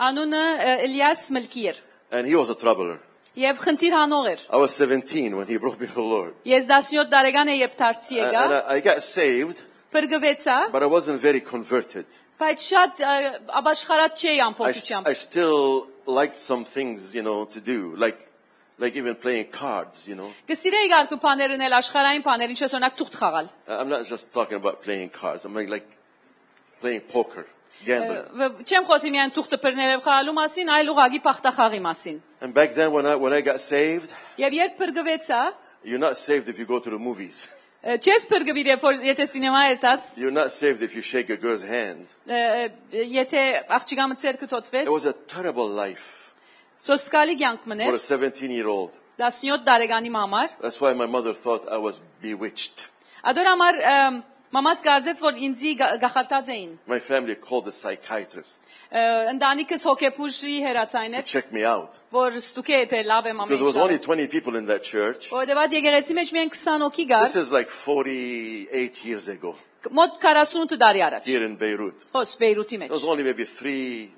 S2: անունը ը, Էլիաս Մլկի էր
S1: and he was a troubler.
S2: եւ խնդիր հանող էր։
S1: I was 17 when he brought me the Lord.
S2: Ես 17 տարեկան եմ երբ դարձի
S1: And,
S2: եկա,
S1: and I, I got saved,
S2: բրգվեցա,
S1: but I wasn't very converted.
S2: բայց շատ ը, աբաշխարած չէի
S1: I, st-
S2: ամբողջությամբ։
S1: I still liked some things, you know, to do, like, like even playing cards, you know.
S2: Կսիրեի գարկու բաներն էլ աշխարհային բաներ, ինչպես օրինակ թուղթ խաղալ։
S1: I- I'm not just talking about playing cards. I'm like, like playing poker,
S2: Ը,
S1: gambling.
S2: վ- Չեմ խոսի միայն թուղթը բռներով խաղալու մասին, այլ ուղագի պախտախաղի մասին։
S1: And back then, when I when I got saved,
S2: Եվ երբ բրգվեցա,
S1: you're not saved if you go to the movies.
S2: Ա, Չես բրգվիր, երբ որ եթե սինեմա էր տաս,
S1: You're not saved if you shake a girl's hand.
S2: ա, եթե աղջիկամը ցերքը
S1: It
S2: թոթվես,
S1: was a terrible life
S2: սոսկալի կյանք
S1: for a
S2: մներ,
S1: 17 year old.
S2: 17 տարեկանի մամար։
S1: That's why my mother thought I was bewitched.
S2: Ադոր համար ամ, մամաս կարծեց, որ ինձի գա- գախարտած էին։
S1: My family called the psychiatrist
S2: Ա, Ընտանիքս հոգեբուժի հերացային
S1: to
S2: էր,
S1: check me out.
S2: որ ստուկե է թե լավ եմ
S1: Because
S2: ամեն
S1: there was only
S2: ինչ։
S1: 20 people in that church.
S2: Որովհետև այդ եկեղեցի մեջ միայն 20 հոգի
S1: This
S2: գար,
S1: is like 48 years ago
S2: մոտ 48 տարի առաջ։
S1: here in Beirut.
S2: Հոս Բեյրութի
S1: There was
S2: մեջ։
S1: only maybe three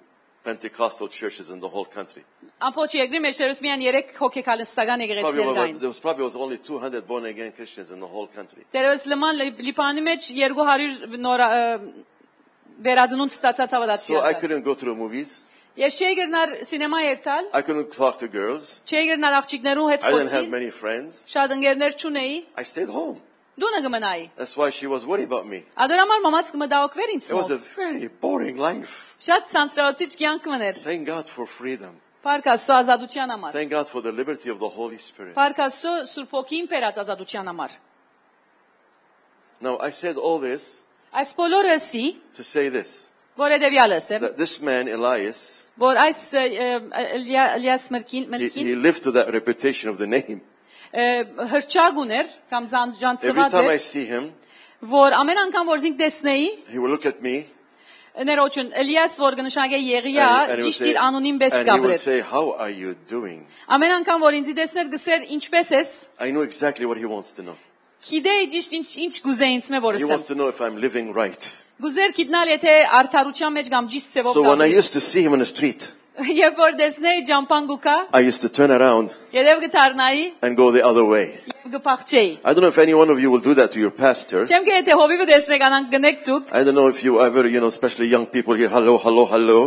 S1: Pentecostal churches in the whole country.
S2: Ամփոփ երկրի մեջ դերս միայն 3 հոգեկալստական
S1: Probably
S2: եկեղեցիներ
S1: was-
S2: կային։
S1: there was probably was only 200 born again Christians in the whole country.
S2: Տերևս լման լի- լիփանի մեջ 200 նոր ա, վերածնունդ ստացած
S1: So I
S2: ավադացիա։
S1: couldn't go to the movies.
S2: Ես չէի գնար սինեմա երթալ,
S1: I couldn't talk to girls.
S2: չէի գնար աղջիկներու հետ
S1: I didn't have
S2: խոսի,
S1: many friends.
S2: շատ ընկերներ չունեի,
S1: I stayed home.
S2: դունը կմնայի։
S1: That's why she was worried about me.
S2: Ադորամար մամաս կմտահոգվեր ինձ
S1: It was
S2: մոտ։
S1: a very boring life.
S2: Շատ ցանցրացիչ կյանք մներ։
S1: Thank God for freedom.
S2: Փառք Աստծո ազատության համար։
S1: Thank God for the liberty of the Holy Spirit.
S2: Փառք Աստծո Սուրբ Օքին փերած ազատության համար։
S1: Now, I said all this
S2: Այս բոլորըսի,
S1: to say this
S2: որ հետեւյալս է,
S1: that this man, Elias,
S2: որ այս ը, ը, Էլիա- Էլիաս մրկին
S1: he, he
S2: մրկին
S1: lived to that reputation of the name.
S2: ը, հրճագ ուներ կամ
S1: Every
S2: ժանցված
S1: time I
S2: էր,
S1: see him,
S2: որ ամեն անգամ որ ինձ տեսնեի,
S1: he will look at me
S2: ներոջուն Էլիաս որ գնշագե Եղիա,
S1: and, and he will
S2: ճիշտ
S1: say,
S2: իր անունին բես
S1: and he will
S2: գաբրեր։
S1: say, How are you doing?
S2: Ամեն անգամ որ ինձ տեսներ, գսեր ինչպես ես,
S1: I know exactly what he wants to know.
S2: գիտեի ճիշտ ինչ ինչ գուզե ինձ մե որ
S1: He
S2: ասեմ։
S1: wants to know if I'm living right.
S2: Գուզեր գիտնալ եթե արդարության մեջ կամ ճիշտ ծևով
S1: So when I
S2: կամ։
S1: used to see him on the street,
S2: Երբ որ դեսնեի ջամփանգուկա,
S1: I used to turn around
S2: երև գտարնայի,
S1: and go the other way.
S2: եւ գփախչեի։
S1: I don't know if any one of you will do that to your pastor.
S2: Չեմ գե եթե հովիվը դեսնեք անանք գնեք դուք։
S1: I don't know if you ever, you know, especially young people here, hello, hello, hello.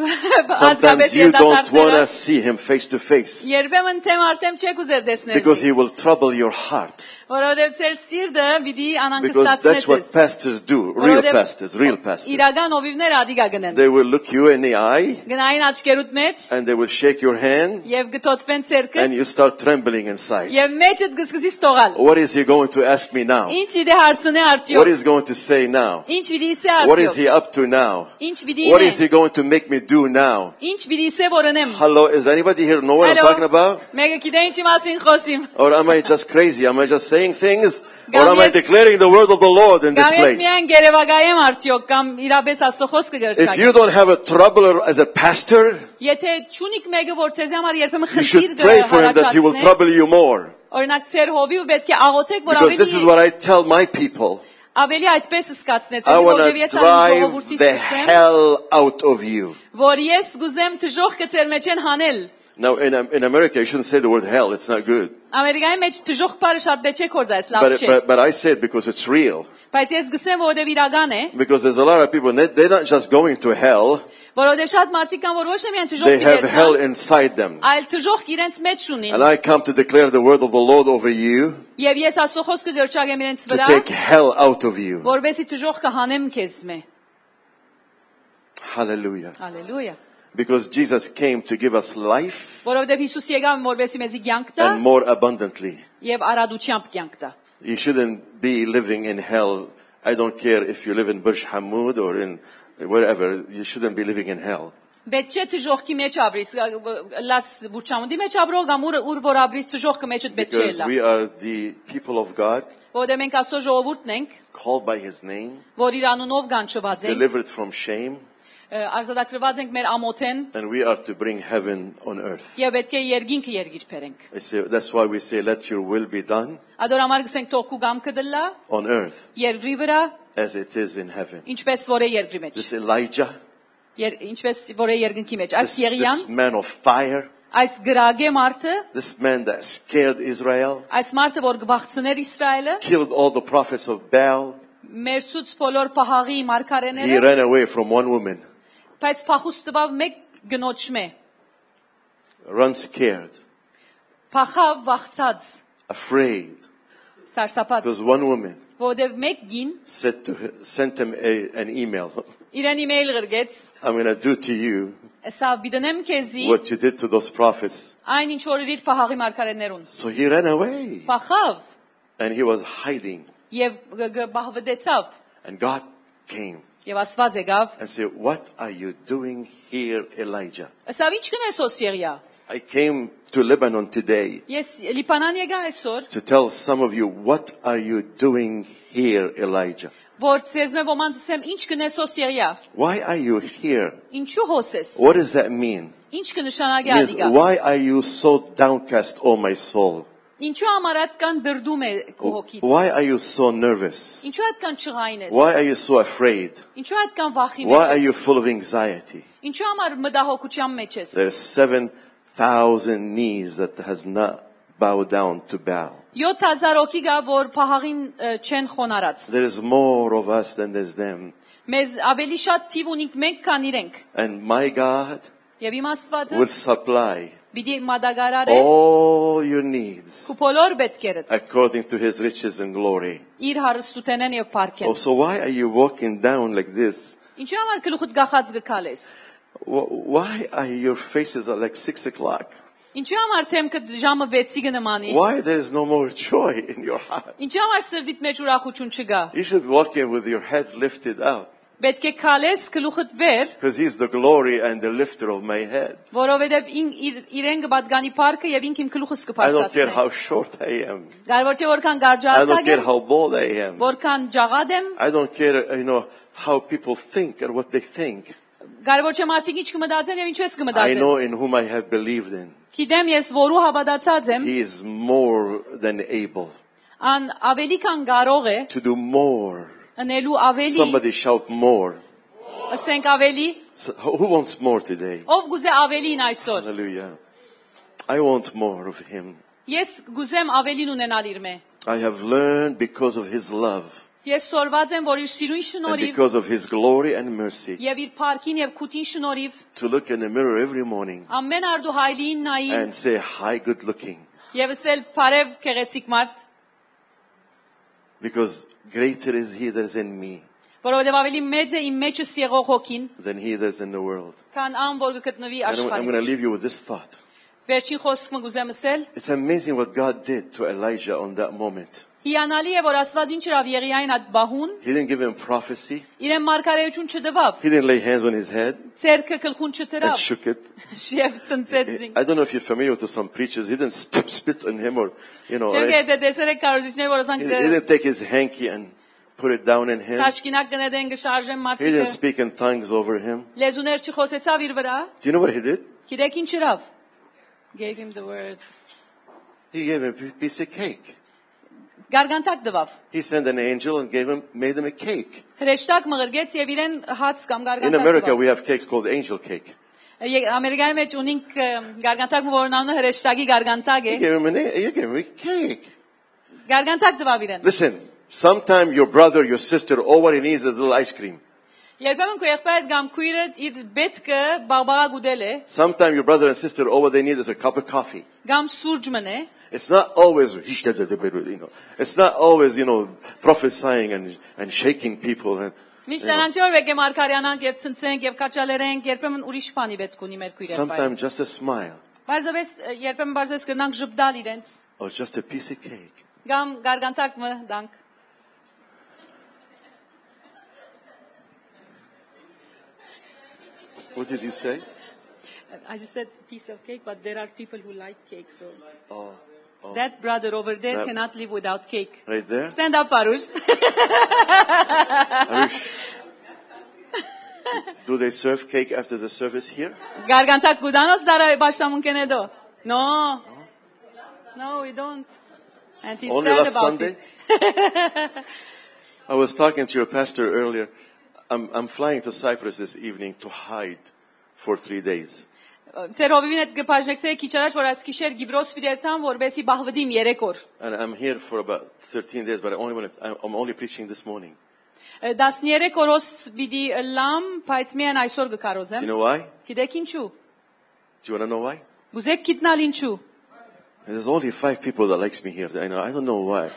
S2: Հատկապես
S1: Sometimes you don't want
S2: երիտասարդները,
S1: to see him face to face
S2: Երբեմն թեմ արդեմ չեք ուզեր դեսնել։
S1: because he will trouble your heart.
S2: Որովհետև ձեր սիրտը պիտի
S1: Because that's what
S2: անանկստացնես։
S1: pastors do, real pastors, real pastors.
S2: Իրական հովիվներ ադիգա գնեն։
S1: They will look you in the eye
S2: Գնային աչքերուտ մեջ
S1: and they will shake your hand
S2: եւ գտոտվեն ցերկը
S1: and you start trembling inside.
S2: եւ մեջդ գսգսի ստողալ։
S1: What is he going to ask me now?
S2: Ինչ իդե հարցնե
S1: What
S2: արդյոք։
S1: is he going to say now?
S2: Ինչ պիտի իսե
S1: What is
S2: արդյոք։
S1: he up to now?
S2: Ինչ պիտի
S1: What is
S2: ինե։
S1: he going to make me do now?
S2: Ինչ պիտի իսե որոնեմ։
S1: Hello, is anybody here know what I'm talking about?
S2: Մեկը գիտե ինչի մասին խոսիմ։
S1: Or am I just crazy? Am I just saying things? Or
S2: Gam
S1: am I
S2: yes-
S1: declaring the word of the Lord in this
S2: Կամ ես
S1: place?
S2: միայն գերեվագայեմ արդյոք կամ իրապես աստծո խոսքը
S1: If
S2: գրչակ։
S1: you don't have a trouble as a pastor,
S2: Եթե ճունիկ մեկը որ ցեզի համար երբեմն
S1: you
S2: խնդիր
S1: should pray for him that he will
S2: հարաճացնի,
S1: trouble you more.
S2: օրինակ ցեր հովիվը պետք է աղոթեք, որ
S1: Because this is
S2: ավելի
S1: what I tell my people.
S2: ավելի այդպես սկացնեց,
S1: I want
S2: որովհետև
S1: to
S2: ես այն
S1: drive
S2: ժողովրդի
S1: the
S2: սկսեմ,
S1: hell out of you.
S2: որ ես գուզեմ թժող կծեր մեջ են հանել։
S1: Now, in, um, in America, you shouldn't say the word hell. It's not good.
S2: Ամերիկայի մեջ թժող բառը շատ բեճ է կորձայս, լավ
S1: But,
S2: չէ։
S1: but, but I say it because it's real.
S2: Բայց ես գսեմ, որովհետև իրական է,
S1: Because there's a lot of people, they- they're not just going to hell,
S2: որովհետև շատ մարդիկ կան, որ ոչ թե միայն թժող
S1: they have
S2: իրեն,
S1: hell inside them.
S2: այլ թժող իրենց մեջ
S1: And
S2: ունին։
S1: I come to declare the word of the Lord over you
S2: Եվ ես աստծո խոսքը գրչակեմ իրենց
S1: to
S2: վրա,
S1: take hell out of you.
S2: որովհետև թժող կհանեմ քեզ մե։
S1: Hallelujah.
S2: Հալելույա։
S1: Because Jesus came to give us life
S2: Որովհետև Հիսուս եկավ որովհետև մեզի կյանք տա
S1: and more abundantly.
S2: եւ արադությամբ կյանք տա։
S1: You shouldn't be living in hell. I don't care if you live in Burj Hamoud or in wherever. You shouldn't be living in hell.
S2: Բայց չէ դժողքի մեջ ապրիս, լաս բուրչամունդի մեջ ապրող կամ ուր ուր որ ապրիս դժողքը մեջդ պետք չէ
S1: Because
S2: լա։
S1: we are the people of God,
S2: Որովհետև մենք աստծո ժողովուրդն ենք,
S1: called by His name,
S2: որ իր անունով կանչված ենք,
S1: delivered from shame,
S2: արձադակրված ենք մեր ամոթեն
S1: and we are to bring heaven on earth.
S2: եւ պետք է երկինքը երգիր բերենք։
S1: I say, that's why we say, let your will be done
S2: Ադոր համար գսենք թող քու գամքը դլա
S1: on earth
S2: երկրի վրա,
S1: as it is in heaven.
S2: ինչպես որ է երկրի մեջ։
S1: This Elijah,
S2: Եր, ինչպես որ է երկնքի մեջ։ Այս
S1: this,
S2: Եղիան,
S1: this man of fire,
S2: այս գրագե մարդը
S1: this man that scared Israel,
S2: Այս մարդը որ գվախցներ Իսրայելը,
S1: killed all the prophets of Baal.
S2: մերսուց բոլոր պահաղի
S1: He
S2: մարգարեները,
S1: ran away from one woman,
S2: բայց փախուս տվավ մեկ գնոճմե,
S1: run scared,
S2: փախավ վախցած,
S1: afraid,
S2: սարսափած,
S1: because one woman
S2: որովհետև մեկ գին
S1: said to her, sent him a, an email.
S2: իրեն email գրեց,
S1: I'm going to do to you
S2: «Սա բիդնեմ քեզի
S1: what you did to those prophets.
S2: այն ինչ որ իր պահաղի մարգարեներուն»։
S1: So he ran away
S2: Փախավ
S1: and he was hiding.
S2: եւ գ- գ- բահվդեցավ
S1: And God came
S2: եւ Աստված եկավ
S1: and said, What are you doing here, Elijah?
S2: Ասավ ի՞նչ կնես Օսիերիա
S1: I came to Lebanon today
S2: Ես Լիբանան եկա այսօր
S1: to tell some of you, What are you doing here, Elijah?
S2: որ ցեզ մե ոմանց ասեմ ի՞նչ կնես Օսիերիա
S1: Why are you here?
S2: ինչու հոսես
S1: What does that mean?
S2: ի՞նչ
S1: It
S2: կնշանակի
S1: means,
S2: ադիգա
S1: why are you so downcast, O my soul?
S2: ինչու ամարատքան դրդում է քո հոգիդ
S1: Why are you so nervous?
S2: ինչու այդքան չղային ես
S1: Why are you so afraid?
S2: ինչու այդքան վախի
S1: Why
S2: մեջ
S1: are you
S2: ես
S1: full of anxiety?
S2: ինչու համար մտահոգության մեջ ես
S1: There's 7,000 knees that has not bowed down to bow.
S2: 7000 հոգի գա որ փահաղին ը, չեն խոնարած
S1: There is more of us than there's them.
S2: մեզ ավելի շատ թիվ ունենք մենք քան իրենք
S1: And my God
S2: եւ իմ
S1: will
S2: Աստվածը
S1: supply
S2: պիտի մադագարարե
S1: all your needs
S2: քո բոլոր պետքերդ
S1: according to his riches and glory.
S2: իր հարստութենեն եւ
S1: Oh,
S2: պարքեն
S1: so why are you walking down like this?
S2: ինչու համար գլուխդ գախած գկալես
S1: Wh- Why are your faces are like six o'clock?
S2: ինչու համար թեմքդ ժամը 6-ի կնմանի
S1: Why there is no more joy in your heart?
S2: ինչու համար սրդիդ մեջ ուրախություն չգա
S1: You should be walking with your head lifted up
S2: պետք է քալես գլուխդ վեր
S1: because he's the glory and the lifter of my head.
S2: որովհետեւ ին իր, իրեն կպատկանի պարքը եւ ինքն իմ գլուխս
S1: I don't care
S2: կփարցացնի
S1: how short I am.
S2: Գարվոր չէ որքան
S1: I don't
S2: գարջասակ
S1: care
S2: եմ
S1: how bold I am.
S2: որքան ջաղադ եմ
S1: I don't care, you know, how people think or what they think.
S2: Կարևոր չէ մարդիկ ինչ կմտածեն եւ ինչպես
S1: I
S2: կմտածեն։
S1: know in whom I have believed in.
S2: Գիտեմ ես որու հավատացած եմ,
S1: He is more than able
S2: ան ավելի քան կարող է
S1: to do more.
S2: անելու ավելի,
S1: Somebody shout more.
S2: ասենք ավելի,
S1: So, who wants more today?
S2: ով գուզե ավելին այսօր։
S1: Hallelujah. I want more of him.
S2: Ես գուզեմ ավելին ունենալ իր մե։
S1: I have learned because of his love
S2: Ես սորված եմ, որ իր սիրուն
S1: and
S2: շնորհիվ
S1: because of his glory and mercy
S2: եւ իր փառքին եւ քուտին շնորհիվ
S1: to look in the mirror every morning
S2: ամեն արդու հայլին նային
S1: and say, Hi, good looking.
S2: եւ ասել բարև քեղեցիկ մարդ,
S1: Because greater is he that is in me
S2: որովհետեւ ավելի մեծ է իմ մեջս եղող հոգին,
S1: than he that is in the world.
S2: քան ան որ գտնվի
S1: And I'm, I'm
S2: աշխարհում։
S1: going to leave you with this thought.
S2: Վերջին խոսքը գուզեմ ասել,
S1: It's amazing what God did to Elijah on that moment.
S2: հիանալի է որ Աստված ինչ իրավ Եղիային այդ բահուն
S1: He didn't give him prophecy.
S2: Իրեն մարգարեություն չդվավ,
S1: He didn't lay hands on his head
S2: ցերկը գլխուն
S1: and
S2: չտրավ,
S1: shook it.
S2: շեվ ծնծեցին։
S1: I don't know if you're familiar with some preachers. He didn't sp- spit on him or, you know,
S2: Ցերկը
S1: right?
S2: դե դեսերը կարոզիչներ որ
S1: he,
S2: ասանք
S1: he didn't take his hanky and put it down in him.
S2: քաշկինակ գնեդեն
S1: He
S2: գշարժեն
S1: didn't
S2: մարդիկը։
S1: speak in tongues over him.
S2: Լեզուներ չխոսեցավ իր վրա,
S1: Do you know what he did?
S2: գիտեք ինչ իրավ։ Gave him the word.
S1: He gave him a piece of cake.
S2: Գարգանտակ դվավ։
S1: He sent an angel and gave him, made him a cake.
S2: Հրեշտակ մղրգեց եւ իրեն հաց կամ
S1: In America,
S2: գարգանտակ։
S1: we have cakes called angel cake.
S2: Ամերիկայի մեջ ունենք գարգանտակ որն անունը հրեշտակի գարգանտակ է։
S1: He gave him an, he gave him a cake.
S2: Գարգանտակ դվավ իրեն։
S1: Listen, sometime your brother, your sister, all what he needs is a little ice cream.
S2: Երբեմն քո եղբայրդ կամ քույրդ իր պետքը բաղբաղա գուդել է,
S1: Sometime your brother and sister, all what they need is a cup of coffee.
S2: կամ սուրճ մնե,
S1: It's not always, you know, it's not always, you know, prophesying and, and shaking people. And, you
S2: Միշտ
S1: know,
S2: անջոր եկե մարգարյանանք եւ ցնցենք եւ կաչալերենք երբեմն ուրիշ բանի պետք ունի մեր քույրերը։
S1: sometimes just a smile
S2: Բարձավես երբեմն բարձես կնանք ժպտալ իրենց
S1: or just a piece of cake.
S2: կամ գարգանտակ մը դանք։
S1: What did you say?
S2: I just said piece of cake but there are people who like cake so
S1: Oh,
S2: that brother over there
S1: That-
S2: cannot live without cake.
S1: right there.
S2: Stand up Arush.
S1: Are you sh- Do they serve cake after the service here?
S2: Գարգանտակ գուդանոց դարայ բաշտամուն կենեդո։ No. No, we don't. And he's
S1: Only
S2: sad
S1: last
S2: about
S1: Sunday?
S2: it.
S1: I was talking to your pastor earlier. I'm, I'm flying to Cyprus this evening to hide for three days.
S2: Ձեր հովիվին հետ գբաժնեցեք քիչ առաջ որ այս գիշեր Գիբրոս ֆիդերտան որբեսի բահվդիմ 3 օր։
S1: And I'm here for about 13 days, but I only want to, I'm- I'm only preaching this morning.
S2: 13 օրոս պիտի լամ, բայց միայն այսօր
S1: You
S2: կկարոզեմ։
S1: know why? Do
S2: Գիտեք ինչու։
S1: you want to know why?
S2: Գուզեք գիտնալ ինչու։
S1: There's only five people that likes me here. I know. I don't know why.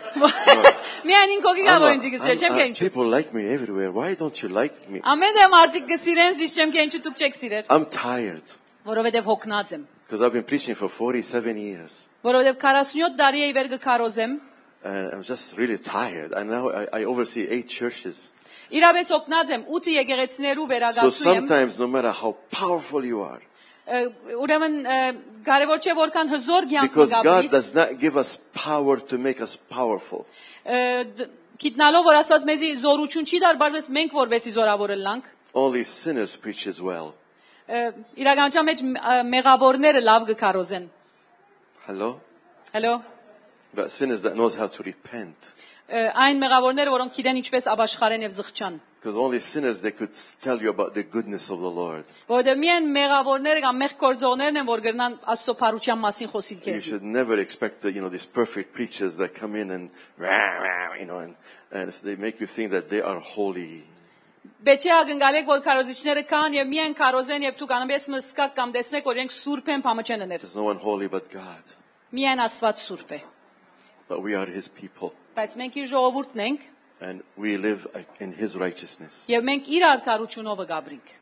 S2: Միայն ինքոգի
S1: I'm a-
S2: գավորին դիգսեր,
S1: I'm-
S2: չեմ
S1: I-
S2: կա ինչու։
S1: people like me everywhere. Why don't you like me?
S2: Ամեն դեմ արդիկ գսիրեն, զիս չեմ կա ինչու դուք չեք սիրեր,
S1: I'm tired
S2: որովհետև հոգնած եմ։
S1: because I've been preaching for 47 years.
S2: Որովհետև 47 տարի է իվեր կկարոզեմ,
S1: and I'm just really tired. I now I, I oversee eight churches.
S2: Իրավես օգնած եմ 8 եկեղեցիներու
S1: So
S2: վերագացու եմ։
S1: sometimes, no matter how powerful you are,
S2: Ը, Ուրեմն ը, կարևոր չէ որքան հզոր կյանք
S1: because God
S2: գաբիս։
S1: does not give us power to make us powerful.
S2: Գիտնալով որ ասված մեզի զորություն չի դար, բայց մենք որովհետեւ զորավոր լանք։
S1: Only sinners preaches well.
S2: Ը, Իրականության մեջ ը, մեղավորները լավ գկարոզեն։
S1: Hello,
S2: Հəլո։
S1: but sinners that knows how to repent.
S2: Ը, Այն մեղավորները, որոնք իրեն ինչպես աբաշխարեն եւ զղջան։
S1: Because only sinners they could tell you about the goodness of the Lord.
S2: Որտե միայն մեղավորները կամ մեղ կործողներն են, որ գրնան Աստծո փառության մասին խոսիլ
S1: You
S2: քեզ։
S1: should never expect that, you know, these perfect preachers that come in and, rah, rah, you know, and, and if they make you think that they are holy.
S2: Բայց չէ ագնկալեք, որ քարոզիչները կան եւ միայն քարոզեն եւ դուք անըմբես մսկակ կամ տեսնեք, որ իրենք սուրբ են բամճեններ։
S1: There's no one holy but God.
S2: Միայն Աստված սուրբ է։
S1: But we are His people
S2: Բայց մենք իր ժողովուրդն ենք
S1: and we live in His righteousness.
S2: եւ մենք իր արդարությունով գաբրինք։